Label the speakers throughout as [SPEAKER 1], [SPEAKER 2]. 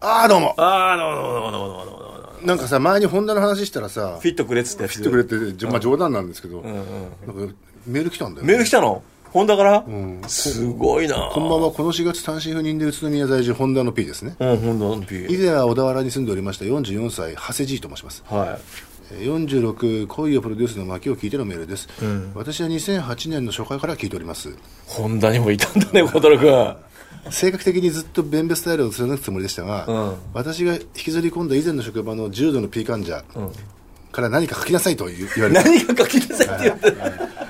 [SPEAKER 1] ああ、どうも。
[SPEAKER 2] ああ、どうもどうもどうもどうもどうもどうも。
[SPEAKER 1] なんかさ、前にホンダの話したらさ、
[SPEAKER 2] フィットくれっつってやつ。
[SPEAKER 1] 来てくれて、じゃまあ冗談なんですけど、
[SPEAKER 2] うん
[SPEAKER 1] なんかメール来たんだよ、
[SPEAKER 2] メール来たのホンダから
[SPEAKER 1] ん
[SPEAKER 2] すごいな
[SPEAKER 1] こんばんは、この4月単身赴任で宇都宮在住、ホンダの P ですね。
[SPEAKER 2] うん、ホンダの P。
[SPEAKER 1] 以前は小田原に住んでおりました44歳、長谷 G と申します。
[SPEAKER 2] は
[SPEAKER 1] えー46、恋をプロデュースの巻を聞いてのメールです。私は2008年の初回から聞いております。
[SPEAKER 2] い。ホンダにもいたんだね、小太郎く
[SPEAKER 1] 性格的にずっと弁別スタイルを貫くつもりでしたが、
[SPEAKER 2] うん
[SPEAKER 1] 私が引きずり込んだ以前の職場の重度の P 患者から何か書きなさいと言言わ
[SPEAKER 2] ん。
[SPEAKER 1] れた
[SPEAKER 2] 何か書きなさいって言ってた。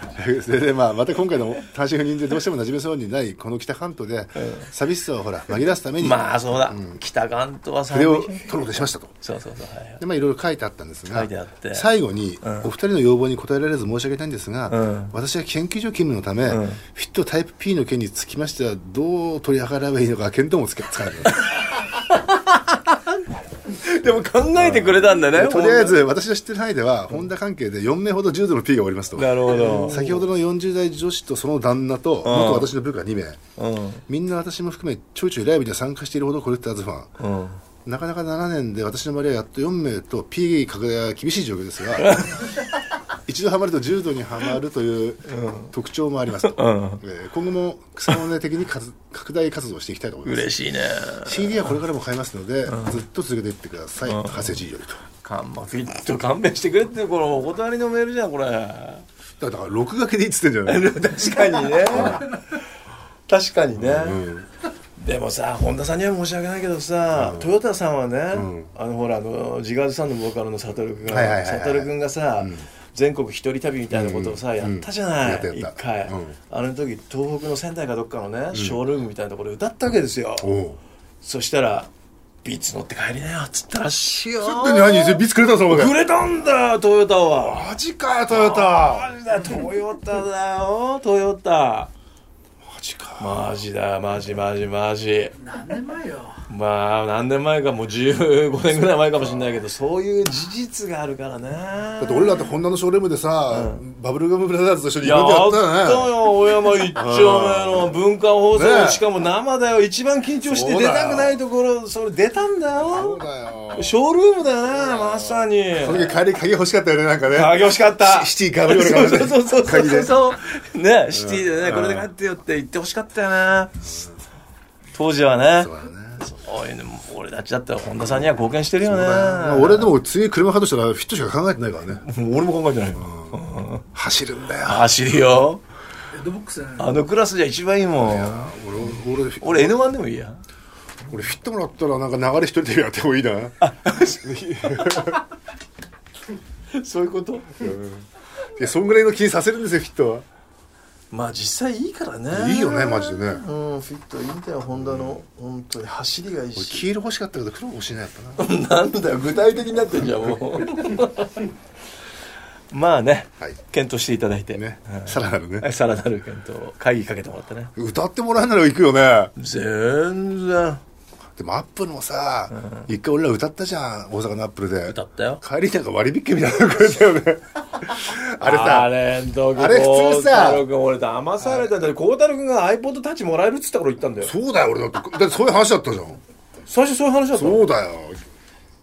[SPEAKER 1] それでまあまた今回の単身赴任でどうしても馴染めそうにないこの北関東で寂しさをほら紛らわすために
[SPEAKER 2] まあ、そうだ。北関東はさ、
[SPEAKER 1] 筆を
[SPEAKER 2] そう
[SPEAKER 1] 取ろうとしましたと。
[SPEAKER 2] そうそう。はいはい
[SPEAKER 1] でまあ、いろいろ書いてあったんです
[SPEAKER 2] 書
[SPEAKER 1] が
[SPEAKER 2] いてあって
[SPEAKER 1] 最後にお二人の要望に応えられず申し訳ないんですが、
[SPEAKER 2] ん
[SPEAKER 1] 私は研究所勤務のため、フィットタイプ P の件につきましてはどう取り計らえばいいのか見当もつけつ かない
[SPEAKER 2] でも考えてくれたんだね。
[SPEAKER 1] とりあえず私の知ってる範囲ではホンダ関係で4名ほど重度の P がおりますと
[SPEAKER 2] ホンダ。なるほど。
[SPEAKER 1] 先ほどの40代女子とその旦那と元私の部下2名、
[SPEAKER 2] うん。
[SPEAKER 1] みんな私も含めちょいちょいライブで参加しているほどコレクターズファン
[SPEAKER 2] うん。
[SPEAKER 1] なかなか7年で私の周りはやっと4名と P 拡大は厳しい状況ですが 一度ハマると重度にはまるという特徴もありますと、
[SPEAKER 2] うん
[SPEAKER 1] えー今後も草の根的に活 拡大活動をしていきたいと思います
[SPEAKER 2] 嬉しいね。
[SPEAKER 1] CD はこれからも買いますので、ずっと続けていってください、長谷 G よりと
[SPEAKER 2] 勘弁、フィット勘弁してくれって、このお断りのメールじゃん、これ。
[SPEAKER 1] だから録画けでいいっつってんじ ゃない
[SPEAKER 2] 確かにね。確かにね。でもさ本田さんには申し訳ないけどさ、トヨタさんはね、あのほらあのジガーズさんのボーカルの悟君
[SPEAKER 1] はいはいはいは
[SPEAKER 2] が
[SPEAKER 1] い
[SPEAKER 2] 悟君がさ、全国一人旅みたいなことをさ、やったじゃな
[SPEAKER 1] や
[SPEAKER 2] い
[SPEAKER 1] ったやっ
[SPEAKER 2] 一、
[SPEAKER 1] た
[SPEAKER 2] 回、
[SPEAKER 1] うん
[SPEAKER 2] あの時東北の仙台かどっかのね、ショールームみたいなところで歌ったわけですよ、
[SPEAKER 1] おう
[SPEAKER 2] そしたら「ビーツ乗って帰りなよ」っつったらしいよ
[SPEAKER 1] で何ビスくれたのその
[SPEAKER 2] く
[SPEAKER 1] 前
[SPEAKER 2] れたんだよトヨタは
[SPEAKER 1] マジかよトヨタ
[SPEAKER 2] マジだトヨタだよトヨタ
[SPEAKER 1] マジか
[SPEAKER 2] マジだマジマジマジ
[SPEAKER 3] 何年前よ
[SPEAKER 2] まあ何年前かもう15年ぐらい前かもしれないけどそういう事実があるからねだ
[SPEAKER 1] だって俺らってホンダのショールームでさ、バブルガムブラザーズと一緒にイベントや
[SPEAKER 2] や
[SPEAKER 1] っ
[SPEAKER 2] った
[SPEAKER 1] たよ
[SPEAKER 2] よ
[SPEAKER 1] ね
[SPEAKER 2] 大山一丁目の文化放送、
[SPEAKER 1] ねえ
[SPEAKER 2] しかも生だよ一番緊張して
[SPEAKER 1] そう
[SPEAKER 2] 出
[SPEAKER 1] だよ
[SPEAKER 2] たくないところそれ出たんだ
[SPEAKER 1] そう
[SPEAKER 2] よ
[SPEAKER 1] だよ
[SPEAKER 2] ショールームだよねまさに
[SPEAKER 1] その時帰り鍵欲しかったよねなんかね
[SPEAKER 2] あげ惜しかった
[SPEAKER 1] シシティかぶり俺がね
[SPEAKER 2] そうそうそう
[SPEAKER 1] 鍵
[SPEAKER 2] そう
[SPEAKER 1] で
[SPEAKER 2] そうねシティでねこれで帰ってよって言ってほしかったよな当時はね
[SPEAKER 1] そうだよね
[SPEAKER 2] おいでも俺たちだったら本田さんには貢献してるよね
[SPEAKER 1] まあ俺でも次車買うとしたらフィットしか考えてないからね
[SPEAKER 2] 俺も考えてない
[SPEAKER 1] 走るんだよ
[SPEAKER 2] 走るよ
[SPEAKER 3] レッドボックスじゃないの
[SPEAKER 2] あのクラスじゃ一番いいもん
[SPEAKER 1] 俺俺俺
[SPEAKER 2] 俺 N1 でもい いや
[SPEAKER 1] 俺フィットもらったらなんか流れ一人でやってもいいな
[SPEAKER 2] そういうこと
[SPEAKER 1] いやそんぐらいの気にさせるんですよフィット
[SPEAKER 2] まあ実際いいから
[SPEAKER 1] は
[SPEAKER 2] ね
[SPEAKER 1] いいよねマジでね
[SPEAKER 2] うんフィットいいんだよホンダの本当に走りがいい
[SPEAKER 1] 俺
[SPEAKER 2] し
[SPEAKER 1] 黄色欲しかったけど黒欲しいなやっぱ な
[SPEAKER 2] なんだよ具体的になってんじゃんもう まあね、
[SPEAKER 1] はい
[SPEAKER 2] 検討していただいて
[SPEAKER 1] ねさらなる
[SPEAKER 2] は
[SPEAKER 1] ね
[SPEAKER 2] いさらなる検討を会議かけてもらってね
[SPEAKER 1] 歌ってもらえんなら行くよね
[SPEAKER 2] 全然
[SPEAKER 1] でもアップルもさ、一回俺ら歌ったじゃん大阪のアップルで
[SPEAKER 2] 歌ったよ
[SPEAKER 1] 帰りなんか割引券みたいなのくれたよねあれさ
[SPEAKER 2] あれんとこ
[SPEAKER 1] あれ普通さ
[SPEAKER 2] 孝太郎君俺騙されたんだよ孝太郎君が iPod タッチもらえるっつったから言ったんだよ
[SPEAKER 1] そうだよ俺だってだってそういう話だったじゃん
[SPEAKER 2] 最初そういう話だったの
[SPEAKER 1] そうだよ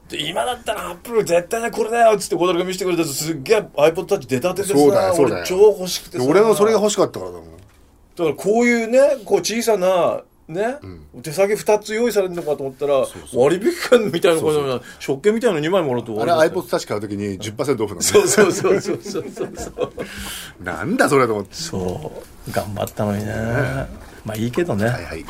[SPEAKER 2] で今だったらアップル絶対ねこれだよっつって孝太郎君見せてくれたやつすっげえ iPod タッチ出たてでさ
[SPEAKER 1] そうだよそうだよ
[SPEAKER 2] 俺超欲しくて
[SPEAKER 1] で
[SPEAKER 2] さ
[SPEAKER 1] 俺もそれが
[SPEAKER 2] だか
[SPEAKER 1] 欲しかったからだもん
[SPEAKER 2] らこういうねこう小さなね、手提げ2つ用意されるのかと思ったら割引券みたいなことな食券みたいなの2枚もらうと終わ
[SPEAKER 1] あ
[SPEAKER 2] り
[SPEAKER 1] れ
[SPEAKER 2] だっ
[SPEAKER 1] iPod
[SPEAKER 2] た
[SPEAKER 1] 確かの時に10%オフな
[SPEAKER 2] そうそうそうそうそうそうそう
[SPEAKER 1] のなんだそれと思って
[SPEAKER 2] そう頑張ったのにねまあいいけどね、
[SPEAKER 1] はいはい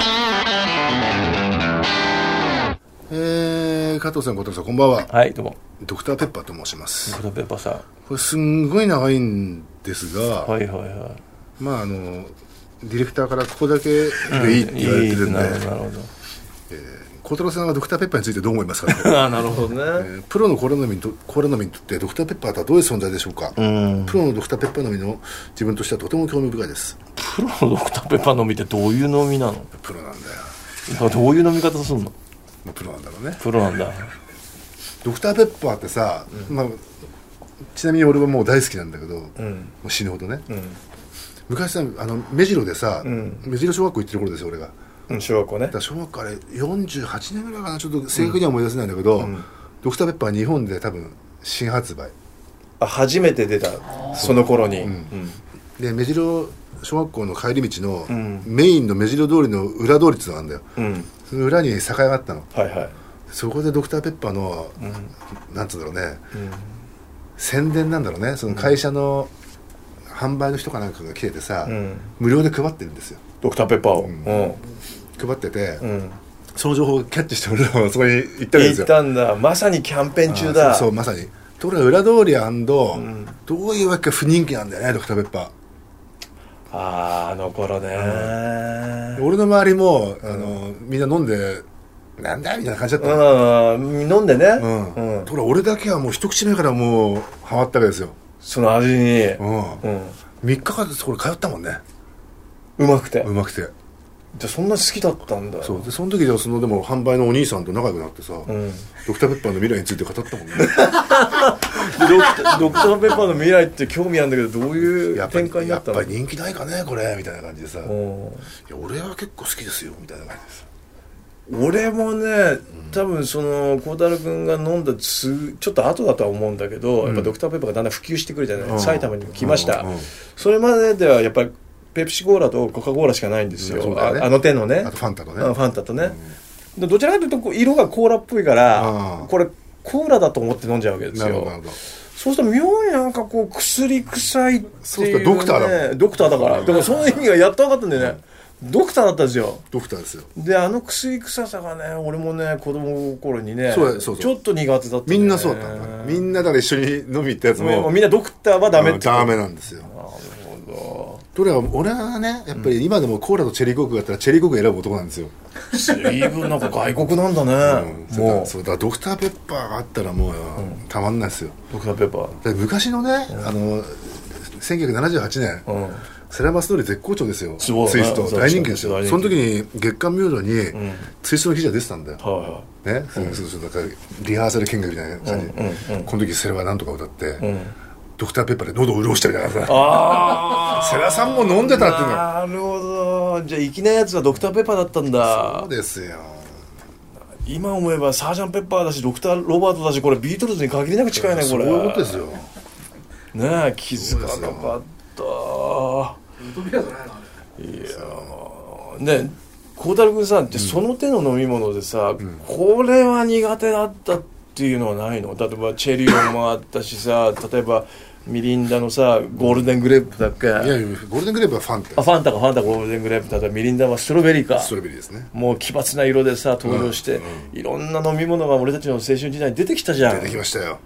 [SPEAKER 1] えー、加藤さん小太郎さんこんばんは
[SPEAKER 2] はい、どうも。
[SPEAKER 1] ドクターペッパーと申します
[SPEAKER 2] クドペッパーさん。
[SPEAKER 1] これすんごい長いんですが、
[SPEAKER 2] はいはいは
[SPEAKER 1] まああのディレクターからここだけでいいって
[SPEAKER 2] い。
[SPEAKER 1] 言われてるんで
[SPEAKER 2] なるほど、なるほど。
[SPEAKER 1] 小太郎さんはドクターペッパーについてどう思いますか、ね
[SPEAKER 2] ああ、なるほど
[SPEAKER 1] え
[SPEAKER 2] ね。
[SPEAKER 1] ープロのコーラ飲みにとコーラ飲みにとってドクターペッパーとはどういう存在でしょうか、
[SPEAKER 2] うん。
[SPEAKER 1] プロのドクターペッパー飲みの自分としてはとても興味深いです
[SPEAKER 2] プロのドクターペッパー飲みってどういう飲みなの
[SPEAKER 1] プロなんだよ
[SPEAKER 2] どういう飲み方すんの
[SPEAKER 1] もうプロなんだろうね
[SPEAKER 2] プロなんだ。
[SPEAKER 1] ドクターペッパーってさ、まあ、ちなみに俺はもう大好きなんだけど、も
[SPEAKER 2] うん。
[SPEAKER 1] う死ぬほどね
[SPEAKER 2] うん。
[SPEAKER 1] 昔さあの目白でさ、
[SPEAKER 2] ん
[SPEAKER 1] 目白小学校行ってる頃ですよ俺が
[SPEAKER 2] うん、小学校ね
[SPEAKER 1] だから小学校あれ48年ぐらいかなちょっと正確には思い出せないんだけど、
[SPEAKER 2] ん
[SPEAKER 1] ドクターペッパー日本で多分新発売
[SPEAKER 2] あ初めて出たその頃に、うん
[SPEAKER 1] で目白小学校の帰り道の、
[SPEAKER 2] ん
[SPEAKER 1] メインの目白通りの裏通りっていうのがあるんだよ
[SPEAKER 2] うん、
[SPEAKER 1] その裏に酒屋があったの
[SPEAKER 2] はいはい
[SPEAKER 1] そこでドクターペッパーの、なんつうんだろうね、宣伝なんだろうねその会社の販売の人かなんかが来ててさ、
[SPEAKER 2] うん
[SPEAKER 1] 無料で配ってるんですよ
[SPEAKER 2] ドクターペッパーを、
[SPEAKER 1] ん
[SPEAKER 2] う
[SPEAKER 1] 配ってて、
[SPEAKER 2] んうん、
[SPEAKER 1] その情報をキャッチして俺らは そこに行ったわけです
[SPEAKER 2] 行
[SPEAKER 1] よ
[SPEAKER 2] ったんだまさにキャンペーン中
[SPEAKER 1] あ
[SPEAKER 2] だ
[SPEAKER 1] ーそうそうまさにところが裏通りどういうわけか不人気なんだよねドクターペッパ
[SPEAKER 2] あーあの頃ね、
[SPEAKER 1] ー俺の周りもあのみんな飲んでなんだみたいな感じだったの
[SPEAKER 2] うん、飲んでね、
[SPEAKER 1] うん
[SPEAKER 2] う
[SPEAKER 1] ところが俺だけはもう一口目からもうハマったわけですよ
[SPEAKER 2] その味に、
[SPEAKER 1] う
[SPEAKER 2] うん
[SPEAKER 1] ん
[SPEAKER 2] う
[SPEAKER 1] 3日間でそこに通ったもんね
[SPEAKER 2] まくて、
[SPEAKER 1] うまくて
[SPEAKER 2] じゃあそんなに好きだったんだ
[SPEAKER 1] そうでその時でそのでも販売のお兄さんと仲良くなってさ、
[SPEAKER 2] ん
[SPEAKER 1] ドクターペッパーの未来について語った もんね
[SPEAKER 2] でドクタドクターペッパーの未来って興味あるんだけどどうい
[SPEAKER 1] や
[SPEAKER 2] う
[SPEAKER 1] っぱ
[SPEAKER 2] 展開
[SPEAKER 1] り
[SPEAKER 2] に
[SPEAKER 1] や
[SPEAKER 2] な
[SPEAKER 1] っ
[SPEAKER 2] った
[SPEAKER 1] ぱ
[SPEAKER 2] の
[SPEAKER 1] り人気ないかねこれみたいな感じでさ「い
[SPEAKER 2] うん
[SPEAKER 1] や俺は結構好きですよ」みたいな感じです
[SPEAKER 2] 俺もね多分その孝太郎君が飲んだつちょっと後だとは思うんだけど、やっぱドクターペッパーがだんだん普及してくるじゃない、
[SPEAKER 1] うん
[SPEAKER 2] 埼玉にも来ました、
[SPEAKER 1] うんうん
[SPEAKER 2] それまでではやっぱりペプシコーラとコカ・コーラしかないんですよ,、
[SPEAKER 1] うんそうだよね
[SPEAKER 2] ああの手のね
[SPEAKER 1] あとファンタとね
[SPEAKER 2] うんファンタとね、でどちらかというとこう色がコーラっぽいから、
[SPEAKER 1] うん
[SPEAKER 2] これコーラだと思って飲んじゃうわけです
[SPEAKER 1] なるほ
[SPEAKER 2] よ
[SPEAKER 1] どなるほど
[SPEAKER 2] そうすると妙になんかこう薬臭いっていう、ね、
[SPEAKER 1] そうするとドクターだもん
[SPEAKER 2] ドクターだからだからその意味がやっと分かったんだよね、ドクターだったんですよ
[SPEAKER 1] ドクターですよ
[SPEAKER 2] であの薬臭さがね俺もね子供の頃にね
[SPEAKER 1] そうそうそう
[SPEAKER 2] ちょっと苦手だった、
[SPEAKER 1] み
[SPEAKER 2] ね、
[SPEAKER 1] んなそうだったんだみんなだから一緒に飲み行ったやつ
[SPEAKER 2] も
[SPEAKER 1] も
[SPEAKER 2] うみんなドクターはダメって
[SPEAKER 1] ダメなんですよ
[SPEAKER 2] なるほ
[SPEAKER 1] とりあえず俺はねやっぱり今でもコーラとチェリーコークがあったらチェリーコーク選ぶ男なんですよ、
[SPEAKER 2] ど随分なんか外国なんだね、
[SPEAKER 1] そう
[SPEAKER 2] も
[SPEAKER 1] だ
[SPEAKER 2] う
[SPEAKER 1] そうだドクターペッパーがあったらもう、たまんないですよ
[SPEAKER 2] ドクターペッパ
[SPEAKER 1] だって昔のね、あの1978年、
[SPEAKER 2] ーうん
[SPEAKER 1] セラマス通り絶好調ですよツ
[SPEAKER 2] そうだね
[SPEAKER 1] イスト
[SPEAKER 2] そう
[SPEAKER 1] 大人気ですよ
[SPEAKER 2] 大人気
[SPEAKER 1] その時に月刊明星に、ツイストの記事が出てたんだよ、
[SPEAKER 2] はいはい
[SPEAKER 1] ね、そうそうそうだからリハーサル見学みたいな感じ、この時セラはなんとか歌って、ドクターペッパーで喉を潤したみたいなさ
[SPEAKER 2] あ
[SPEAKER 1] セラさんも飲んでたっていうの
[SPEAKER 2] あなるほどじゃあ粋なやつはドクターペッパーだったんだ
[SPEAKER 1] そうですよ
[SPEAKER 2] 今思えばサージャンペッパーだしドクターロバートだしこれビートルズに限りなく近いねこ
[SPEAKER 1] そう
[SPEAKER 2] れ
[SPEAKER 1] いうことですよ
[SPEAKER 2] ねえ気づかなかった
[SPEAKER 3] 扉じゃないのあれ
[SPEAKER 2] ね孝太郎君さ、その手の飲み物でさ、これは苦手だったっていうのはないの例えばチェリオもあったしさ例えばミリンダのさゴールデングレープだっけ
[SPEAKER 1] いやいやゴールデングレープはファンって
[SPEAKER 2] あファンタかファンタかゴールデングレープだったらミリンダはストロベリーか
[SPEAKER 1] ストロベリーですね
[SPEAKER 2] もう奇抜な色でさ登場して、いろんな飲み物が俺たちの青春時代に出てきたじゃん
[SPEAKER 1] 出てきましたよ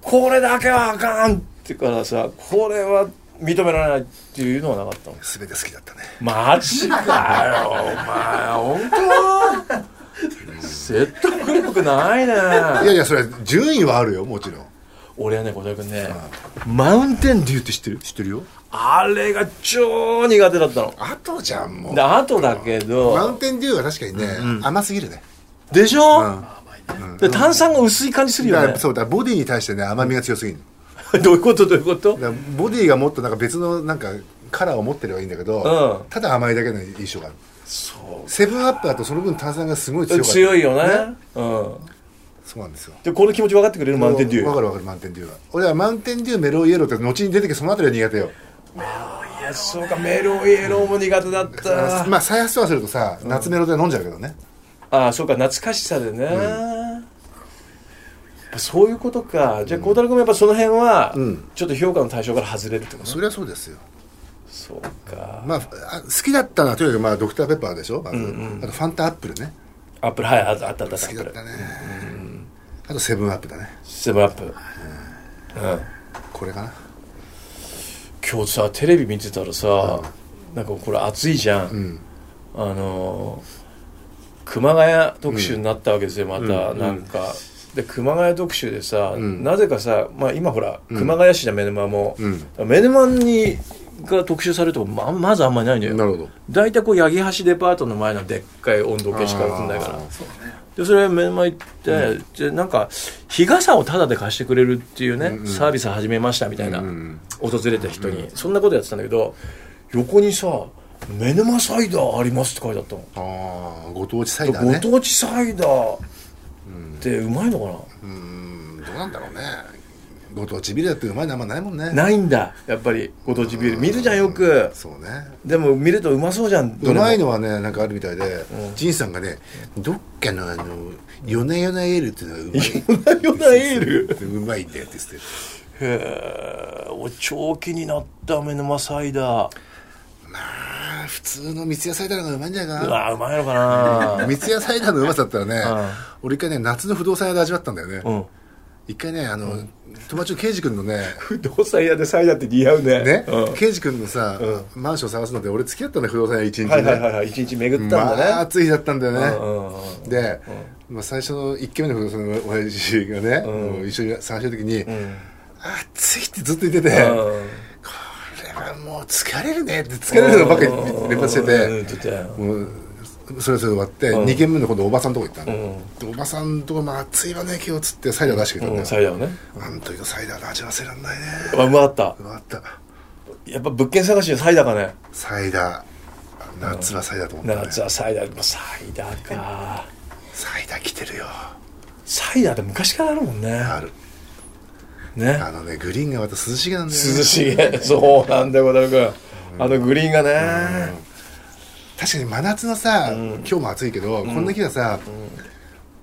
[SPEAKER 2] これだけはあかんってからさこれは認められないっていうのはなかったの
[SPEAKER 1] 全て好きだったね
[SPEAKER 2] マジかよ、お前、本当説得力ない
[SPEAKER 1] い
[SPEAKER 2] ね。
[SPEAKER 1] やいやそれ順位はあるよもちろん
[SPEAKER 2] 俺はね、小田君ね、マウンテンデューって知ってる
[SPEAKER 1] 知ってるよ
[SPEAKER 2] あれが超苦手だったの。
[SPEAKER 1] あとじゃんもう
[SPEAKER 2] で、あとだけ
[SPEAKER 1] マウ
[SPEAKER 2] ど
[SPEAKER 1] ン、テンデューは確かにね、甘すぎるね
[SPEAKER 2] でしょ、で炭酸が薄い感じする
[SPEAKER 1] だ
[SPEAKER 2] よ
[SPEAKER 1] か
[SPEAKER 2] ね
[SPEAKER 1] ら。そうだボディに対してね甘みが強すぎるの
[SPEAKER 2] どういうことどういうこと
[SPEAKER 1] だからボディがもっとなんか別のなんかカラーを持ってればいいんだけど、
[SPEAKER 2] うん
[SPEAKER 1] ただ甘いだけの印象がある
[SPEAKER 2] そ
[SPEAKER 1] セブンアップだとその分炭酸がすごい強
[SPEAKER 2] う。
[SPEAKER 1] かった
[SPEAKER 2] 強いよね。うん。
[SPEAKER 1] そうなんですよ
[SPEAKER 2] で、この気持ち分かってくれるマウンテンデュ
[SPEAKER 1] わ
[SPEAKER 2] ー。
[SPEAKER 1] かるわかるマウンテンデューは俺はマウンテンデューメロンイエローって後に出てきてそのあたりは苦手よ
[SPEAKER 2] いや、そうか、メロンイエローも苦手だった。
[SPEAKER 1] まあ再発とはするとさ夏メロで飲んじゃうけどね、
[SPEAKER 2] ああそうか懐かしさでね、やっぱそういうことかじゃあ孝太郎君もやっぱその辺は、
[SPEAKER 1] ん
[SPEAKER 2] ちょっと評価の対象から外れるってこと
[SPEAKER 1] そりゃそうですよ
[SPEAKER 2] そうか
[SPEAKER 1] まああ好きだったのはとにかくまあドクターペッパーでしょまず、あとファンタアップルね
[SPEAKER 2] アップルはいあったあったあったア
[SPEAKER 1] 好き
[SPEAKER 2] ッ
[SPEAKER 1] だ
[SPEAKER 2] プ
[SPEAKER 1] っ
[SPEAKER 2] ル
[SPEAKER 1] たね、あとセブンアップだね
[SPEAKER 2] セブンアップうん
[SPEAKER 1] これかな
[SPEAKER 2] 今日さテレビ見てたらさ、なんかこれ暑いじゃん、あのー熊谷特集になったわけですよ、また、なんかで熊谷特集でさ、なぜかさ、まあ、今ほら、熊谷市じゃんメルマも、メルマにが特集されるとこままずあんまりないのよ
[SPEAKER 1] なるほど
[SPEAKER 2] 大体こう八木橋デパートの前のでっかい温度計しか映んないから
[SPEAKER 3] そうだね
[SPEAKER 2] でそれ目の前行って、でなんか日傘をタダで貸してくれるっていうね、サービス始めましたみたいな、訪れた人に、そんなことやってたんだけど横にさ目沼サイダーありますって書いてあったの
[SPEAKER 1] ああご当地サイダーね
[SPEAKER 2] ご当地サイダーってうまいのかな、
[SPEAKER 1] うーんどうなんだろうねご当地ビールだってうまいのあんまないもんね
[SPEAKER 2] ないんだやっぱりご当地ビール見るじゃんよく
[SPEAKER 1] そうね
[SPEAKER 2] でも見るとうまそうじゃんど
[SPEAKER 1] う
[SPEAKER 2] れも
[SPEAKER 1] まいのはねなんかあるみたいで、ジンさんがねどっかのあの夜な夜なエールっていうのがうまい
[SPEAKER 2] 夜な夜なエール
[SPEAKER 1] うまいんだよって言って
[SPEAKER 2] へえお長期になった目沼サイダー
[SPEAKER 1] あー普通の三ツ矢サイダーの方がうまいんじゃないうか
[SPEAKER 2] わうまいのかな
[SPEAKER 1] な三ツ矢サイダーのうまさだったらね、俺一回ね夏の不動産屋で味わったんだよね、
[SPEAKER 2] うん
[SPEAKER 1] 一回ねあの、友達の刑事君のね
[SPEAKER 2] 不動産屋でサイダーって似合うね
[SPEAKER 1] ね、
[SPEAKER 2] うん
[SPEAKER 1] 刑事君のさ、マンション探すので俺付き合ったんだよ不動産屋一日ね、
[SPEAKER 2] はいはいはいはい一日巡ったん
[SPEAKER 1] まあ
[SPEAKER 2] だね、
[SPEAKER 1] 暑い日だったんだよね、
[SPEAKER 2] うんうんうん
[SPEAKER 1] で、まあ、最初の1軒目の不動産の親父がね、もう一緒に探してる時に、暑いってずっと言ってて、こ
[SPEAKER 2] う
[SPEAKER 1] れ
[SPEAKER 2] ん
[SPEAKER 1] はもう疲れるねって疲れるのばっかり連発してて、
[SPEAKER 2] うん言ってたよ
[SPEAKER 1] もうそれぞれ終わって、二2軒目の今度おばさんのとこ行ったの、でおばさんのとこ、まあ、暑いわね今日っつってサイダー出してくれたんだ
[SPEAKER 2] うん
[SPEAKER 1] よ、
[SPEAKER 2] サイダーをね
[SPEAKER 1] あの時のサイダーの味忘れらんないね
[SPEAKER 2] うわうまかった
[SPEAKER 1] うまかった
[SPEAKER 2] やっぱ物件探しのサイダーかね
[SPEAKER 1] サイダー夏はサイダーと思ったね、
[SPEAKER 2] 夏はサイダーまあサイダーか
[SPEAKER 1] サイダー来てるよ
[SPEAKER 2] サイダーって昔からあるもんね
[SPEAKER 1] ある
[SPEAKER 2] ね
[SPEAKER 1] あのねグリーンがまた涼しげなんだよね
[SPEAKER 2] 涼しげそうなんだよ小太郎君あのグリーンがね
[SPEAKER 1] 確かに真夏のさ、今日も暑いけど、こんな日はさ、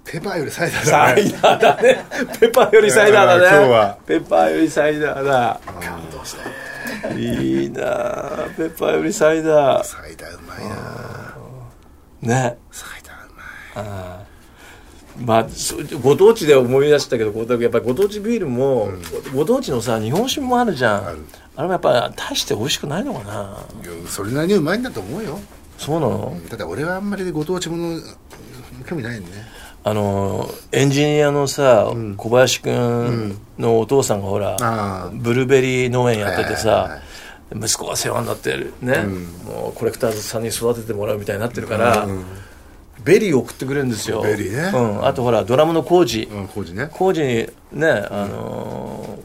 [SPEAKER 1] ペパーよりサイダー
[SPEAKER 2] サ
[SPEAKER 1] だね
[SPEAKER 2] イダーだね ペッパーよりサイダーだね
[SPEAKER 1] 今日は
[SPEAKER 2] ペッパーよりサイダーだ
[SPEAKER 1] 感動した
[SPEAKER 2] いいなあペッパーよりサイダー
[SPEAKER 1] サイダーうまいな
[SPEAKER 2] ね
[SPEAKER 1] サイダーうまい
[SPEAKER 2] まあそうご当地で思い出したけど小太郎君やっぱりご当地ビールも、ご当地のさ日本酒もあるじゃんあ
[SPEAKER 1] る
[SPEAKER 2] れもやっぱ大して美味しくないのかない
[SPEAKER 1] やそれなりにうまいんだと思うよ
[SPEAKER 2] そうなの、
[SPEAKER 1] ただ俺はあんまりご当地もの興味ないんでね
[SPEAKER 2] あのエンジニアのさ、小林くんのお父さんがほら、
[SPEAKER 1] あー
[SPEAKER 2] ブルーベリー農園やってて
[SPEAKER 1] はいはいは
[SPEAKER 2] さ、息子が世話になってるね、もうコレクターズさんに育ててもらうみたいになってるから、ベリー送ってくれるんですよ
[SPEAKER 1] ベリーね
[SPEAKER 2] うん、あとほらドラムのコージ
[SPEAKER 1] うん工事ね
[SPEAKER 2] コージにね、あの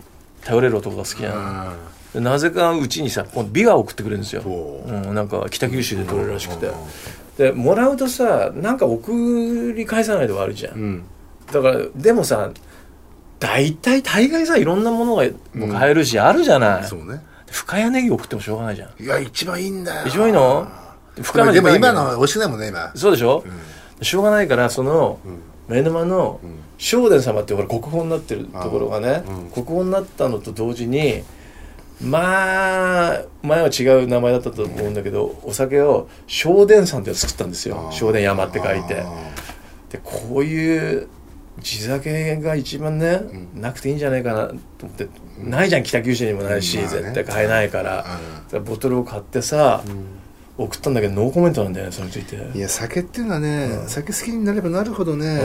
[SPEAKER 2] ー頼れる男が好きじゃん
[SPEAKER 1] あ
[SPEAKER 2] でなぜかうちにさ今度ビワを送ってくれるんですよ、
[SPEAKER 1] ほう
[SPEAKER 2] うん、なんか北九州で取れるらしくて、でもらうとさなんか送り返さないで悪いじゃん、
[SPEAKER 1] うん
[SPEAKER 2] だからでもさ大体大概さいろんなものがもう買えるし、あるじゃない
[SPEAKER 1] そうね
[SPEAKER 2] 深谷ネギ送ってもしょうがないじゃん
[SPEAKER 1] いや一番いいんだよ
[SPEAKER 2] 一番いいの
[SPEAKER 1] で
[SPEAKER 2] 深
[SPEAKER 1] も
[SPEAKER 2] 谷ネギ
[SPEAKER 1] でも
[SPEAKER 2] 買えな
[SPEAKER 1] 今
[SPEAKER 2] い
[SPEAKER 1] の美味しくないもんね今
[SPEAKER 2] そうでしょ、しょうがないからその、目の前の聖伝様ってほら国宝になってるところがね、国宝になったのと同時にまあ前は違う名前だったと思うんだけど、お酒を聖伝山って作ったんですよ聖伝山って書いてでこういう地酒が一番ね、なくていいんじゃないかなと思って、ないじゃん北九州にもないし、
[SPEAKER 1] まあね
[SPEAKER 2] 絶対買えないから,、ボトルを買ってさ、送ったんだけどノーコメントなんだよねそれについて。
[SPEAKER 1] いや酒っていうのはね、酒好きになればなるほどね、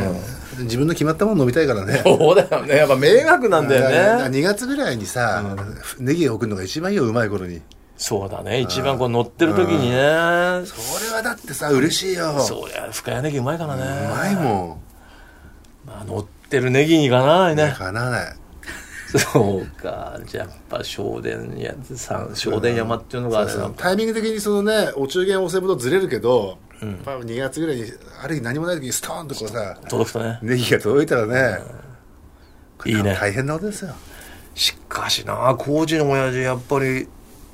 [SPEAKER 1] 自分の決まったもの飲みたいからね
[SPEAKER 2] そうだよね。やっぱ迷惑なんだよね。
[SPEAKER 1] 2月ぐらいにさ、ネギを送るのが一番いいようまい頃に
[SPEAKER 2] そうだね。一番こう乗ってる時に
[SPEAKER 1] そ
[SPEAKER 2] ね。
[SPEAKER 1] れはだってさ嬉しいよ
[SPEAKER 2] そうや、深谷ネギうまいからね。
[SPEAKER 1] うまいも
[SPEAKER 2] まあ乗ってるネギにかなわない
[SPEAKER 1] んだ
[SPEAKER 2] ね。
[SPEAKER 1] かなわない
[SPEAKER 2] そうか。じゃあやっぱ正殿やさん、正殿山っていうのがある
[SPEAKER 1] そ
[SPEAKER 2] な
[SPEAKER 1] うタイミング的にそのねお中元お歳暮とずれるけど、まあ2月ぐらいにある日何もない時にストーンとこうさ
[SPEAKER 2] 届くとね。
[SPEAKER 1] ネギが届いたらね、これ
[SPEAKER 2] いいね
[SPEAKER 1] 大変なことですよ
[SPEAKER 2] しかしな、工事の親父、やっぱり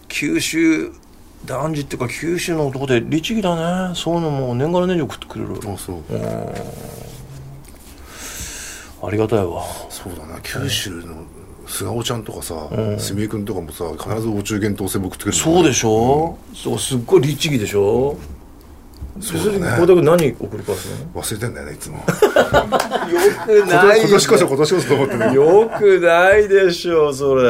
[SPEAKER 2] 九州、男児っていうか九州の男で律儀だね。そういうのも年がら年中食ってくれる。
[SPEAKER 1] そう、
[SPEAKER 2] ありがたいわ。
[SPEAKER 1] そうだな九州の菅生ちゃんとかさ純江君とかもさ必ずお中元とお歳暮食ってくれる
[SPEAKER 2] そう
[SPEAKER 1] で
[SPEAKER 2] でしょ、そうすっごい律儀でしょそうだね光太君何送り返すの
[SPEAKER 1] 忘れてんだよねいつ も
[SPEAKER 2] よく
[SPEAKER 1] 今
[SPEAKER 2] ない
[SPEAKER 1] 年こそ今年こそと思ってね
[SPEAKER 2] よくないでしょそれ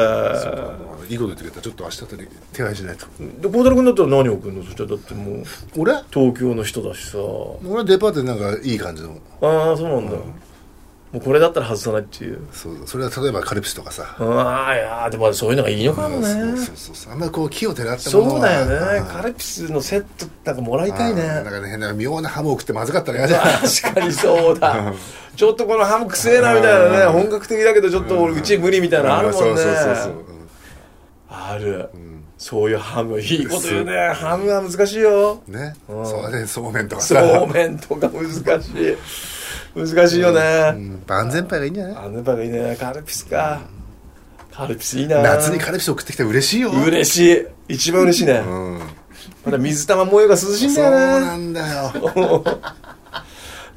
[SPEAKER 1] いいこと言ってくれたちょっと明日あたり手配しないと
[SPEAKER 2] で孝太郎君だったら何送るのそしたらだってもう
[SPEAKER 1] 俺
[SPEAKER 2] 東京の人だしさ
[SPEAKER 1] 俺はデパートでなんかいい感じの
[SPEAKER 2] ああそうなんだ、もうこれだったら外さないっていう
[SPEAKER 1] そうそれは例えばカルピスとかさ、
[SPEAKER 2] ああいやーでもそういうのがいいのかもね
[SPEAKER 1] そうそうそうあんまりこう木を照らったもの
[SPEAKER 2] そう
[SPEAKER 1] は
[SPEAKER 2] だ
[SPEAKER 1] う
[SPEAKER 2] よ
[SPEAKER 1] ん
[SPEAKER 2] ねカルピスのセットなんかもらいたい
[SPEAKER 1] うんな
[SPEAKER 2] ね
[SPEAKER 1] んかね変な妙なハムを食ってまずかったら嫌じゃん
[SPEAKER 2] 確かにそうだちょっとこのハムくせえなみたいなね本格的だけどちょっと俺うち無理みたいなのあるも
[SPEAKER 1] そう
[SPEAKER 2] んね
[SPEAKER 1] そうそうそう、
[SPEAKER 2] ある、
[SPEAKER 1] ん
[SPEAKER 2] そういうハムいいこと言うねハムは難しいよ
[SPEAKER 1] ね、
[SPEAKER 2] うん
[SPEAKER 1] そうねそうめんとかさ
[SPEAKER 2] そうめんとか難しい難しいよ
[SPEAKER 1] う
[SPEAKER 2] ね、
[SPEAKER 1] ん万全パイがいいんじゃない
[SPEAKER 2] あのバカいいねカルピスかカルピスいいな
[SPEAKER 1] 夏にカルピス送ってきたら嬉しいよ
[SPEAKER 2] 嬉しい一番嬉しいね、
[SPEAKER 1] うん
[SPEAKER 2] まだ水玉模様が涼しいん
[SPEAKER 1] そ
[SPEAKER 2] だ
[SPEAKER 1] う
[SPEAKER 2] よね
[SPEAKER 1] なんだよ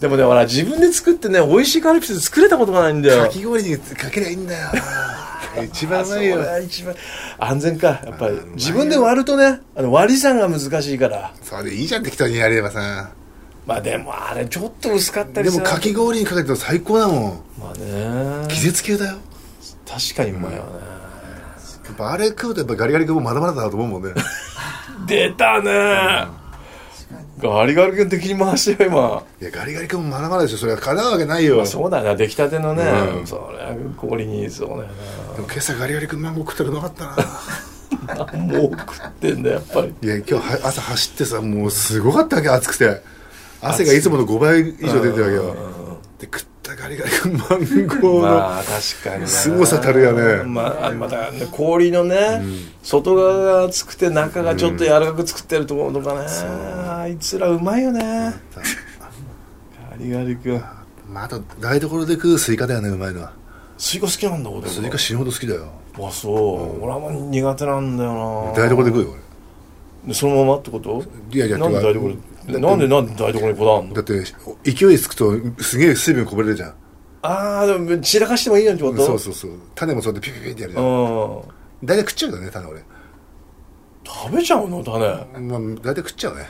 [SPEAKER 2] でもね、ほら、自分で作ってね、美味しいカルピス作れたことがないんだよ。
[SPEAKER 1] かき氷にかけりゃいいんだ よ一番うまい
[SPEAKER 2] そ
[SPEAKER 1] よ
[SPEAKER 2] れは一番安全か、やっ
[SPEAKER 1] あ
[SPEAKER 2] ぱり
[SPEAKER 1] ーうまい。よ
[SPEAKER 2] 自分で割るとね、あの割り算が難しいから。
[SPEAKER 1] それでいいじゃん適当にやればさ
[SPEAKER 2] まあでも、あれ、ちょっと薄かった
[SPEAKER 1] で
[SPEAKER 2] りさ。
[SPEAKER 1] もかき氷にかけても最高だもん
[SPEAKER 2] まあね。
[SPEAKER 1] 季節系だよ
[SPEAKER 2] 確かにうまいわね。
[SPEAKER 1] やっぱあれ食うとやっぱガリガリ君もまだまだだなと思うもんね
[SPEAKER 2] 出たね、ガリガリ君的に回してよ、今。
[SPEAKER 1] いやガリガリ君もまだまだでしょそれはかなうわけないよ、
[SPEAKER 2] まあそうだよな、出来たてのね。
[SPEAKER 1] うん
[SPEAKER 2] それは氷に、そうだよ
[SPEAKER 1] でも今朝ガリガリ君マンゴー食ったらうまかったな
[SPEAKER 2] な。 もう食ってんだよ、やっぱり。
[SPEAKER 1] いや今日は朝走ってさもうすごかったわけ暑くて汗がいつもの5倍以上出てるわけよで食ったガリガリ君マンゴーの、
[SPEAKER 2] まあ確かにな
[SPEAKER 1] 凄さたるやね
[SPEAKER 2] まあまたね氷のね、外側が厚くて中がちょっと柔らかく作ってるところとかね、あいつらうまいよねガリガリ君
[SPEAKER 1] まあ、あと台所で食うスイカだよねうまいのは
[SPEAKER 2] スイカ好きなんだ俺
[SPEAKER 1] スイカ死ぬほど好きだよ
[SPEAKER 2] あそう、俺はあんまり苦手なんだよな
[SPEAKER 1] 台所で食うよ
[SPEAKER 2] でそのままってこと
[SPEAKER 1] いやいや
[SPEAKER 2] なんで
[SPEAKER 1] てか
[SPEAKER 2] 台所になんでなんで台所にこだわん
[SPEAKER 1] 俺
[SPEAKER 2] の
[SPEAKER 1] だって勢いつくとすげえ水分こぼれるじゃん
[SPEAKER 2] ああでも散らかしてもいいのにってこと
[SPEAKER 1] そうそうそう種もそうやってピピピってやるじゃん
[SPEAKER 2] うん
[SPEAKER 1] 大体食っちゃうよね種俺、
[SPEAKER 2] 食べちゃうの種
[SPEAKER 1] まあ、大体食っちゃうね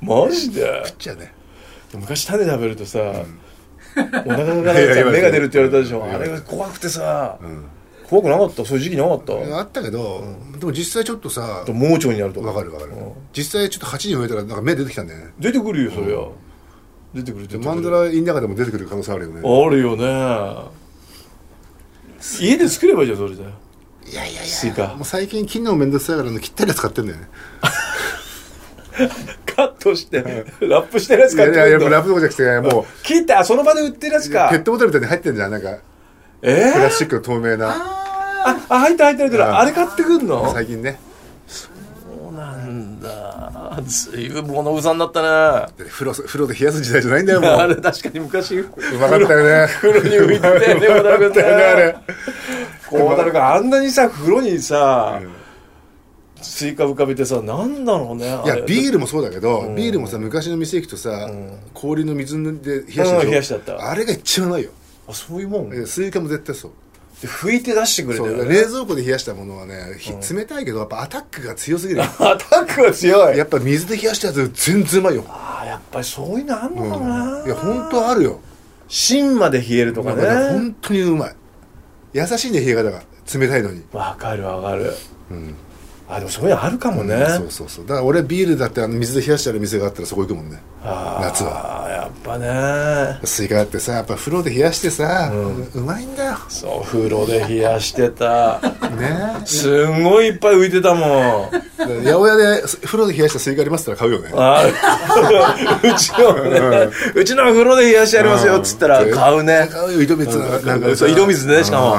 [SPEAKER 2] マジで
[SPEAKER 1] 食っちゃうね
[SPEAKER 2] 昔種食べるとさ、お腹からさ
[SPEAKER 1] いやいや
[SPEAKER 2] 目が出るって言われたでしょ
[SPEAKER 1] いやいや
[SPEAKER 2] あれが怖くてさ、
[SPEAKER 1] ん
[SPEAKER 2] 怖くなかったそういう時期なかった
[SPEAKER 1] あったけど、でも実際ちょっとさ
[SPEAKER 2] あと盲腸になると
[SPEAKER 1] わかるわかる、
[SPEAKER 2] うん
[SPEAKER 1] 実際ちょっと鉢に植えたらなんか芽出てきたんだよね
[SPEAKER 2] 出てくるよそりゃ、出てくる出てくる
[SPEAKER 1] マンドラインの中でも出てくる可能性あるよね
[SPEAKER 2] あるよね家で作ればいいじゃんそれで
[SPEAKER 1] いやいやいや
[SPEAKER 2] スイカ
[SPEAKER 1] もう最近切るのもめんどくさいからね切ったり使ってんだよね
[SPEAKER 2] カットして、ラップしてるやつ
[SPEAKER 1] い
[SPEAKER 2] 買
[SPEAKER 1] や
[SPEAKER 2] って
[SPEAKER 1] い
[SPEAKER 2] く
[SPEAKER 1] やいや
[SPEAKER 2] る
[SPEAKER 1] も
[SPEAKER 2] の
[SPEAKER 1] うラップとかじゃなくてもう
[SPEAKER 2] 切ってあその場で売ってるやつか
[SPEAKER 1] ペットボトルみたいに入ってんじゃんなんか
[SPEAKER 2] え
[SPEAKER 1] プ
[SPEAKER 2] ー
[SPEAKER 1] ラスチックの透明な
[SPEAKER 2] ああ入った入った入った、
[SPEAKER 1] うん
[SPEAKER 2] あれ買ってくんの
[SPEAKER 1] 最近ね
[SPEAKER 2] そうなんだずいぶん物うさんだったね
[SPEAKER 1] で風呂風呂で冷やす時代じゃないんだよも
[SPEAKER 2] あ
[SPEAKER 1] う
[SPEAKER 2] れ確かに昔う
[SPEAKER 1] うまかったよね
[SPEAKER 2] 風呂に浮いてたよね、小田 君
[SPEAKER 1] だよねあれ
[SPEAKER 2] ね。 小田君、あんなにさ、風呂にさ、スイカ浮かべてさ、なんだろうね。
[SPEAKER 1] いやビ
[SPEAKER 2] ー
[SPEAKER 1] ールもそうだけど、ビールもさ昔の店行くとさ、氷の水で冷やして
[SPEAKER 2] うん冷やしてあった
[SPEAKER 1] あれが一番うまいよ
[SPEAKER 2] あ、そういうもん。で
[SPEAKER 1] えスイカも絶対そう
[SPEAKER 2] 拭いて出してくれた
[SPEAKER 1] そう
[SPEAKER 2] よね。
[SPEAKER 1] 冷蔵庫で冷やしたものはね、ひ冷たいけどやっぱアタックが強すぎる
[SPEAKER 2] アタックが強い。
[SPEAKER 1] やっぱ水で冷やしたやつ全然うまいよ、
[SPEAKER 2] ああ、やっぱりそういうのあん
[SPEAKER 1] うん
[SPEAKER 2] のかな。
[SPEAKER 1] いや本当あるよ
[SPEAKER 2] 芯まで冷えるとか
[SPEAKER 1] だから
[SPEAKER 2] ね。
[SPEAKER 1] 本当にうまい優しいね冷え方が冷たいのに
[SPEAKER 2] わかるわかる。あ、でもそういうのあるかもね。
[SPEAKER 1] そうそうそうだから俺ビールだってあの水で冷やしてある店があったらそこ行くもんね
[SPEAKER 2] あー
[SPEAKER 1] 夏は
[SPEAKER 2] やっぱね。
[SPEAKER 1] スイカだってさやっぱ風呂で冷やしてさ、うまいんだよ
[SPEAKER 2] そう、風呂で冷やしてた。
[SPEAKER 1] ね
[SPEAKER 2] すんごいいっぱい浮いてたもん。
[SPEAKER 1] だ から八百屋で風呂で冷やしたスイカありますったら買うよね
[SPEAKER 2] あー うちのね、うちの風呂で冷やしてやりますよっつったら買うね
[SPEAKER 1] 買うよ井戸水なんか
[SPEAKER 2] そう井戸水ねしかも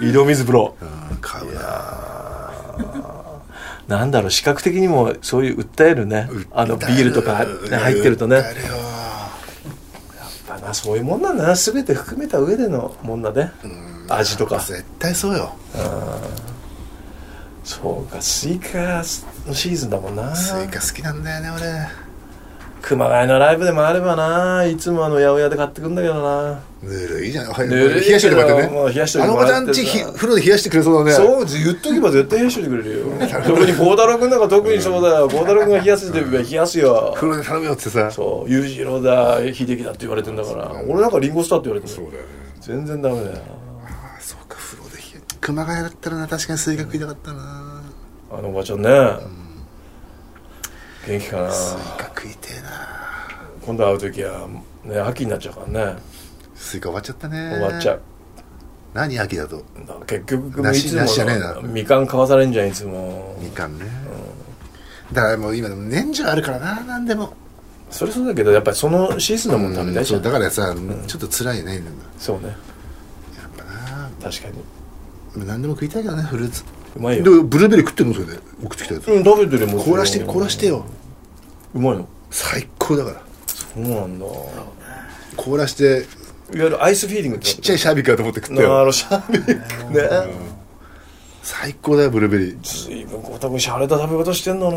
[SPEAKER 1] うん
[SPEAKER 2] 井戸水風呂
[SPEAKER 1] うん買うな
[SPEAKER 2] なんだろう視覚的にもそういう訴えるねあのビールとか入ってるとねやっ
[SPEAKER 1] あれよ
[SPEAKER 2] ぱなそういうもんなんだな全て含めた上でのもんだね味とか
[SPEAKER 1] 絶対そうよ
[SPEAKER 2] そうかスイカのシーズンだもんな
[SPEAKER 1] スイカ好きなんだよね
[SPEAKER 2] 熊谷のライブでもあればないつもあの八百屋で買ってくんだけどな
[SPEAKER 1] 俺ぬるいじゃんおはよう
[SPEAKER 2] ぬるいけど
[SPEAKER 1] 冷やしといてもらって
[SPEAKER 2] もう冷やしとい
[SPEAKER 1] ねあ
[SPEAKER 2] て
[SPEAKER 1] の
[SPEAKER 2] も
[SPEAKER 1] お
[SPEAKER 2] ら
[SPEAKER 1] ば
[SPEAKER 2] って
[SPEAKER 1] ち
[SPEAKER 2] さ
[SPEAKER 1] ゃんちひ風呂で冷やしてくれそうだね
[SPEAKER 2] そう言っとけば絶対冷やしててくれるよ 特に孝太郎君なんか特にそうだよ孝太郎君が冷やせて冷やすよ
[SPEAKER 1] 風呂で頼むよってさ
[SPEAKER 2] そう裕次郎だ秀樹だって言われてんだから俺なんかリンゴスターって言われてる
[SPEAKER 1] うだよね
[SPEAKER 2] 全然ダメだよ
[SPEAKER 1] あそうか風呂で冷え熊谷だったらな確かにスイカ食いたかったな
[SPEAKER 2] あのおばちゃんね、元気かな
[SPEAKER 1] スイカ食いてえな
[SPEAKER 2] 今度会う時はね秋になっちゃうからね
[SPEAKER 1] スイカ終わっちゃったね
[SPEAKER 2] 終わっちゃう
[SPEAKER 1] 何秋だと
[SPEAKER 2] だから結局
[SPEAKER 1] 梨
[SPEAKER 2] いつも
[SPEAKER 1] 梨じゃねえな
[SPEAKER 2] みかん買わされんじゃんいつも
[SPEAKER 1] みかんね、だからもう今でも年中あるからな何でも
[SPEAKER 2] それそうだけどやっぱりそのシーズンのもの食べたいじ
[SPEAKER 1] そ
[SPEAKER 2] ゃ
[SPEAKER 1] うんだからさ、ちょっと辛いね
[SPEAKER 2] そうね
[SPEAKER 1] やっぱな
[SPEAKER 2] 確かに
[SPEAKER 1] 何でも食いたいけどねフルーツ
[SPEAKER 2] うまい
[SPEAKER 1] で
[SPEAKER 2] よ
[SPEAKER 1] ブルーベリー食ってるのそれで送ってきたやつ
[SPEAKER 2] うん食べてるよもう
[SPEAKER 1] 凍らして凍らしてよ
[SPEAKER 2] うまいの
[SPEAKER 1] 最高だから
[SPEAKER 2] そうなんだいわ
[SPEAKER 1] 凍らして
[SPEAKER 2] ゆるアイスフィーリングって
[SPEAKER 1] ちっちゃいシャービーかと思って食った
[SPEAKER 2] なあ
[SPEAKER 1] よ
[SPEAKER 2] のシャーベックね
[SPEAKER 1] 最高だよブルーベリー
[SPEAKER 2] 随分ごたくしゃれた食べ方してんだ
[SPEAKER 1] ブ
[SPEAKER 2] ね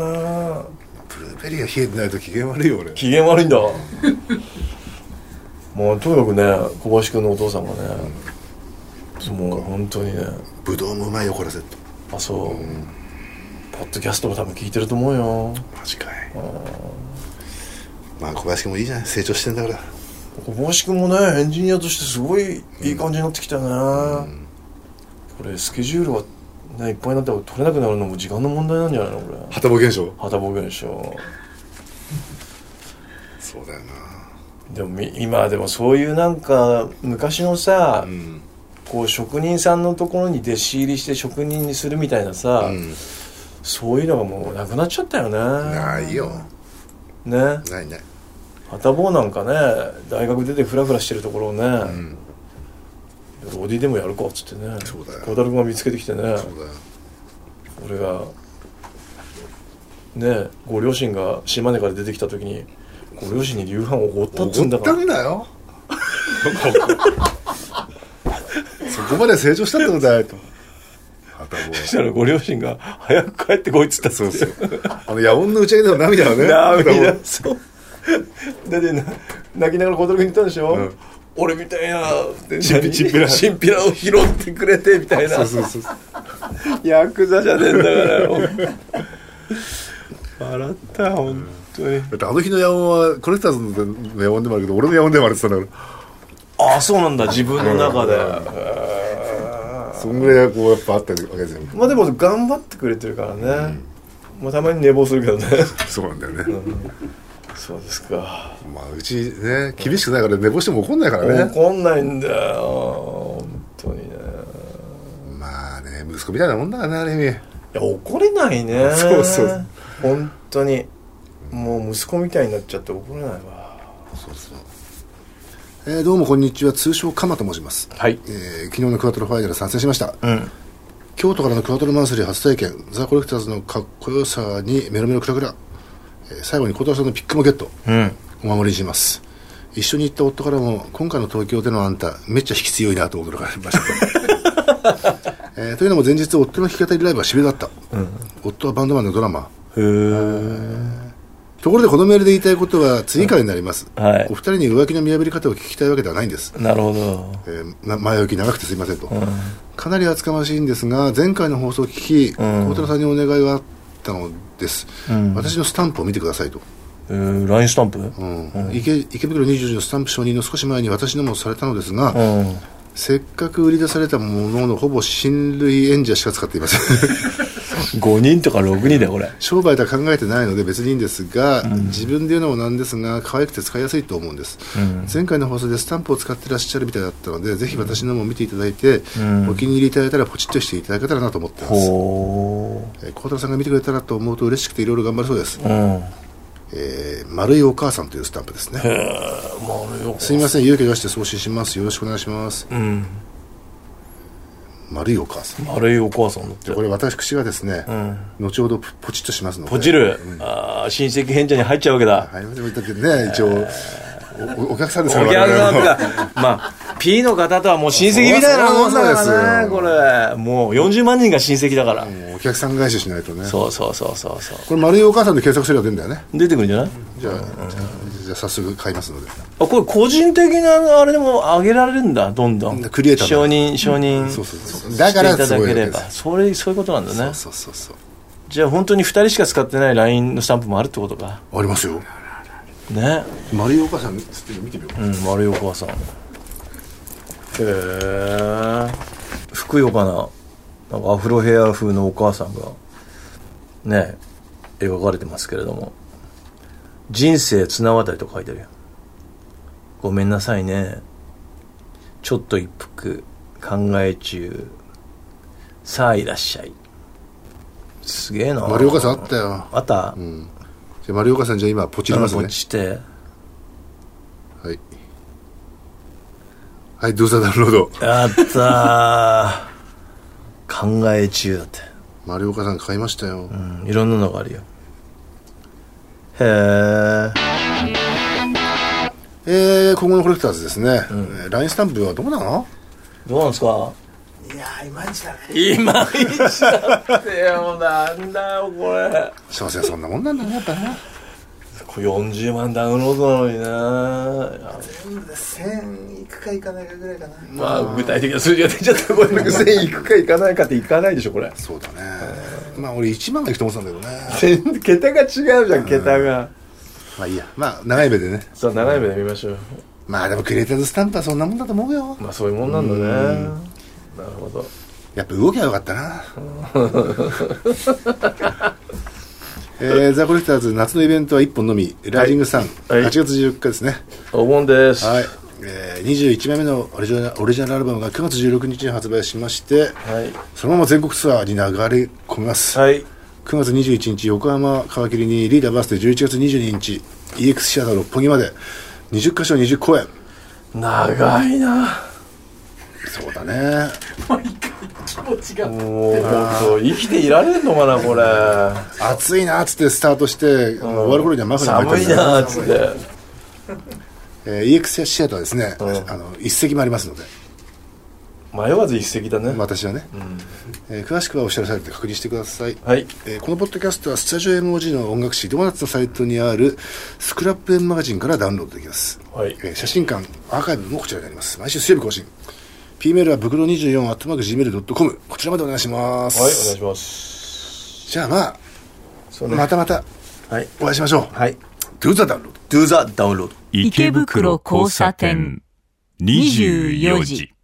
[SPEAKER 1] ルーベリーが冷えてないと機嫌悪いよ俺
[SPEAKER 2] 機嫌悪いんだ もうとにかくね小林君のお父さんがね、もう本当にね
[SPEAKER 1] ブドウもうまいよ凍らせると
[SPEAKER 2] あそう、ポッドキャストも多分聞いてると思うよ
[SPEAKER 1] マジかいまあ小林君もいいじゃない成長してんだから
[SPEAKER 2] 小林君もねエンジニアとしてすごいいい感じになってきたよね、これスケジュールが、ね、いっぱいになって取れなくなるのも時間の問題なんじゃないのこれ
[SPEAKER 1] 旗本現象
[SPEAKER 2] 旗ぼけでしょ
[SPEAKER 1] そうだよな
[SPEAKER 2] でもみ今でもそういうなんか昔のさ、
[SPEAKER 1] うん
[SPEAKER 2] こう職人さんのところに弟子入りして職人にするみたいなさ、
[SPEAKER 1] うん
[SPEAKER 2] そういうのがもうなくなっちゃったよね
[SPEAKER 1] ないよ
[SPEAKER 2] ね
[SPEAKER 1] ないない
[SPEAKER 2] はたぼうなんかね大学出てフラフラしてるところをね、
[SPEAKER 1] うん
[SPEAKER 2] ロディでもやるかっつってね
[SPEAKER 1] そうだよ
[SPEAKER 2] 孝太郎君が見つけてきてね
[SPEAKER 1] そうだよ
[SPEAKER 2] 俺がねご両親が島根から出てきた時にご両親に夕飯をおごったっつうんだ
[SPEAKER 1] 怒っ
[SPEAKER 2] か
[SPEAKER 1] た
[SPEAKER 2] ら
[SPEAKER 1] んだよ そこまで成長したってことだよと旗本
[SPEAKER 2] そしたらご両親が「早く帰ってこい」っつったっつ
[SPEAKER 1] そ
[SPEAKER 2] っ
[SPEAKER 1] う
[SPEAKER 2] て
[SPEAKER 1] そうあの野音の打ち上げでの涙はね
[SPEAKER 2] 涙そうだってな泣きながら小鳥君に言ったんでしょ、
[SPEAKER 1] うん
[SPEAKER 2] 俺みたいな
[SPEAKER 1] チンピチンピラ
[SPEAKER 2] チンピラを拾ってくれてみたいな
[SPEAKER 1] そうそうそう
[SPEAKER 2] ヤクザじゃねえんだからほんと笑った本当に
[SPEAKER 1] だってあの日の野音はコレクターズの野音でもあるけど俺の野音でもあるって言ってたんだか
[SPEAKER 2] ああそうなんだ自分の中で、へ
[SPEAKER 1] ら
[SPEAKER 2] え
[SPEAKER 1] そんぐらいこうやっぱあったわけですよ
[SPEAKER 2] まあでも頑張ってくれてるからね、まあたまに寝坊するけどね
[SPEAKER 1] そうなんだよね、
[SPEAKER 2] そうですか
[SPEAKER 1] まあうちね厳しくないから寝坊しても怒んないからね
[SPEAKER 2] 怒んないんだよ本当にね
[SPEAKER 1] まあね息子みたいなもんだからねある意味
[SPEAKER 2] いや怒れないね
[SPEAKER 1] そうそう
[SPEAKER 2] 本当にもう息子みたいになっちゃって怒れないわ
[SPEAKER 1] そうそうえーどうもこんにちは通称鎌と申します、
[SPEAKER 2] はい
[SPEAKER 1] えー昨日のクワトロファイナル参戦しました、
[SPEAKER 2] うん
[SPEAKER 1] 京都からのクワトロマンスリー初体験ザ・コレクターズのかっこよさにメロメロクラクラ、えー最後に小太郎さんのピックもゲット
[SPEAKER 2] うん
[SPEAKER 1] お守りします一緒に行った夫からも今回の東京でのあんためっちゃ引き強いなと驚かれました、 えーというのも前日夫の弾き語りライブは渋谷だった、夫はバンドマンのドラマ
[SPEAKER 2] へえ
[SPEAKER 1] ところでこのメールで言いたいことは次回になります、
[SPEAKER 2] はい
[SPEAKER 1] お二人に浮気の見破り方を聞きたいわけではないんです、
[SPEAKER 2] なるほど
[SPEAKER 1] えーな前置き長くてすいませんと、かなり厚かましいんですが前回の放送を聞き
[SPEAKER 2] ん
[SPEAKER 1] 大寺さんにお願いがあったのです、
[SPEAKER 2] うん
[SPEAKER 1] 私のスタンプを見てくださいと、
[SPEAKER 2] えー、ラインスタンプ
[SPEAKER 1] う
[SPEAKER 2] うん
[SPEAKER 1] 池池袋24時のスタンプ承認の少し前に私のもされたのですが、
[SPEAKER 2] ん
[SPEAKER 1] せっかく売り出されたもののほぼ親類演者しか使っていま せん
[SPEAKER 2] 5人とか6人だよこれ
[SPEAKER 1] 商売とは考えてないので別にいいんですが、自分で言うのもなんですが可愛くて使いやすいと思うんです、前回の放送でスタンプを使ってらっしゃるみたいだったのでぜひ私のも見ていただいて、
[SPEAKER 2] ん
[SPEAKER 1] お気に入りいただいたらポチッとしていただけたらなと思ってます
[SPEAKER 2] ほ
[SPEAKER 1] えー孝太郎さんが見てくれたらと思うと嬉しくていろいろ頑張れそうです、
[SPEAKER 2] ううん
[SPEAKER 1] えー丸いお母さんというスタンプですね
[SPEAKER 2] えー、まああれよ
[SPEAKER 1] すいません勇気を出して送信しますよろしくお願いします
[SPEAKER 2] うん
[SPEAKER 1] 丸いお母さん
[SPEAKER 2] 丸いお母さんだって
[SPEAKER 1] でこれ私がですね、
[SPEAKER 2] うん
[SPEAKER 1] 後ほどポポチッとしますので
[SPEAKER 2] ポチる、ああ親戚返事に入っちゃうわけだ
[SPEAKER 1] はいでもだけどね一応おおお客さんです
[SPEAKER 2] お客
[SPEAKER 1] 我々
[SPEAKER 2] さん
[SPEAKER 1] も
[SPEAKER 2] が、まあ、P の方とはもう親戚みたいなもんだ
[SPEAKER 1] そう
[SPEAKER 2] から
[SPEAKER 1] で
[SPEAKER 2] ね、
[SPEAKER 1] す
[SPEAKER 2] これ。もう40万人が親戚だから。
[SPEAKER 1] もうお客さん返ししないとね
[SPEAKER 2] そうそうそうそうそう。
[SPEAKER 1] これ丸いお母さんで検索すれば出るんだよね
[SPEAKER 2] 出てくるんじゃない
[SPEAKER 1] じゃあじゃあじゃあ早速買いますので
[SPEAKER 2] あ、これ個人的なあれでも上げられるんだ、どんどん。
[SPEAKER 1] クリエイターだ
[SPEAKER 2] 承認、承認。
[SPEAKER 1] そうそうそう
[SPEAKER 2] して
[SPEAKER 1] だから
[SPEAKER 2] いた
[SPEAKER 1] す
[SPEAKER 2] だ
[SPEAKER 1] ごい
[SPEAKER 2] け
[SPEAKER 1] わけ
[SPEAKER 2] れ
[SPEAKER 1] です
[SPEAKER 2] ば。それ、そういうことなんだね。
[SPEAKER 1] そうそうそう
[SPEAKER 2] じゃあ本当に2人しか使ってない LINE のスタンプもあるってことか。
[SPEAKER 1] ありますよ
[SPEAKER 2] ね。
[SPEAKER 1] 丸いお母さんちょっと見てみよう
[SPEAKER 2] うん、丸いお母さん。へえ。ふくよかな、なんかアフロヘア風のお母さんが、ね、描かれてますけれども、人生綱渡りと書いてるよ。ごめんなさいね。ちょっと一服、考え中。さあいらっしゃい。すげえな。
[SPEAKER 1] 丸いお母さんあったよ
[SPEAKER 2] あった、う、
[SPEAKER 1] うんんじゃあ丸いお母さんじゃあ今ポチります
[SPEAKER 2] ポ
[SPEAKER 1] ね
[SPEAKER 2] チして。
[SPEAKER 1] はいはいドゥーザダウンロード
[SPEAKER 2] やったー
[SPEAKER 4] 考え中だって、
[SPEAKER 1] 丸岡さん買いましたよ、
[SPEAKER 4] うん、いろんなのがあるよへえ
[SPEAKER 1] えー、今後のコレクターズですね、えーラインスタンプはどうなの
[SPEAKER 4] どうなんですか
[SPEAKER 3] いやーいまいちだね
[SPEAKER 2] いまいちだってよなんだよこれ
[SPEAKER 1] 幸せはそんなもんなんだねやっぱね
[SPEAKER 2] これ40万ダウンロードなのにな
[SPEAKER 3] 全部で1000いくかいかないかぐらいかな
[SPEAKER 2] まあ具体的な数字が出ちゃったこれ6000いくかいかないかっていかないでしょこれ
[SPEAKER 1] そうだねまあ俺1万がいくと思ってたんだけどね
[SPEAKER 2] 全然桁が違うじゃん桁が
[SPEAKER 1] まあいいやまあ長い目でね
[SPEAKER 2] さあ長い目で見ましょう
[SPEAKER 1] まあでもクリエイターズスタンプはそんなもんだと思うよ
[SPEAKER 2] まあそういうもんなんだねなるほど
[SPEAKER 1] やっぱ動きゃよかった なえー、ザ・コレクターズ夏のイベントは1本のみライジングさん、
[SPEAKER 2] はい
[SPEAKER 1] 8月14日ですね
[SPEAKER 2] お盆です
[SPEAKER 1] はい、えー、21枚目のオリジナルオリジナルアルバムが9月16日に発売しまして
[SPEAKER 2] はい
[SPEAKER 1] そのまま全国ツアーに流れ込みます、
[SPEAKER 2] はい
[SPEAKER 1] 9月21日横浜皮切りにリーダーバースデー11月22日 EX シアター六本木まで20カ所20公演
[SPEAKER 2] 長いな
[SPEAKER 1] そうだね
[SPEAKER 3] 毎回気持ちが
[SPEAKER 2] もう本当生きていられんのかな これ
[SPEAKER 1] 暑いなっつってスタートして、もう終わる頃にはマフラーが
[SPEAKER 2] 寒
[SPEAKER 1] 入っ
[SPEAKER 2] い
[SPEAKER 1] てる
[SPEAKER 2] なっつって
[SPEAKER 1] えー EX シアターはですね、
[SPEAKER 2] うん
[SPEAKER 1] あの一席もありますので
[SPEAKER 2] 迷わず一席だね
[SPEAKER 1] 私はね、えー詳しくはおっしゃるサイトで確認してください、
[SPEAKER 2] はい
[SPEAKER 1] えーこのポッドキャストはスタジオ MOG の音楽誌ドーナツのサイトにあるスクラップ円マガジンからダウンロードできます、
[SPEAKER 2] はい
[SPEAKER 1] えー写真館アーカイブもこちらになります毎週水曜日更新 P メールは袋24 at mark gmail.com こちらまでお願いします、
[SPEAKER 2] はいお願いします
[SPEAKER 1] じゃあまあ
[SPEAKER 2] そうね
[SPEAKER 1] またまた
[SPEAKER 4] はい
[SPEAKER 1] お会いしましょう、
[SPEAKER 4] はい
[SPEAKER 1] Do the download
[SPEAKER 4] Do the download
[SPEAKER 5] 池袋交差点24時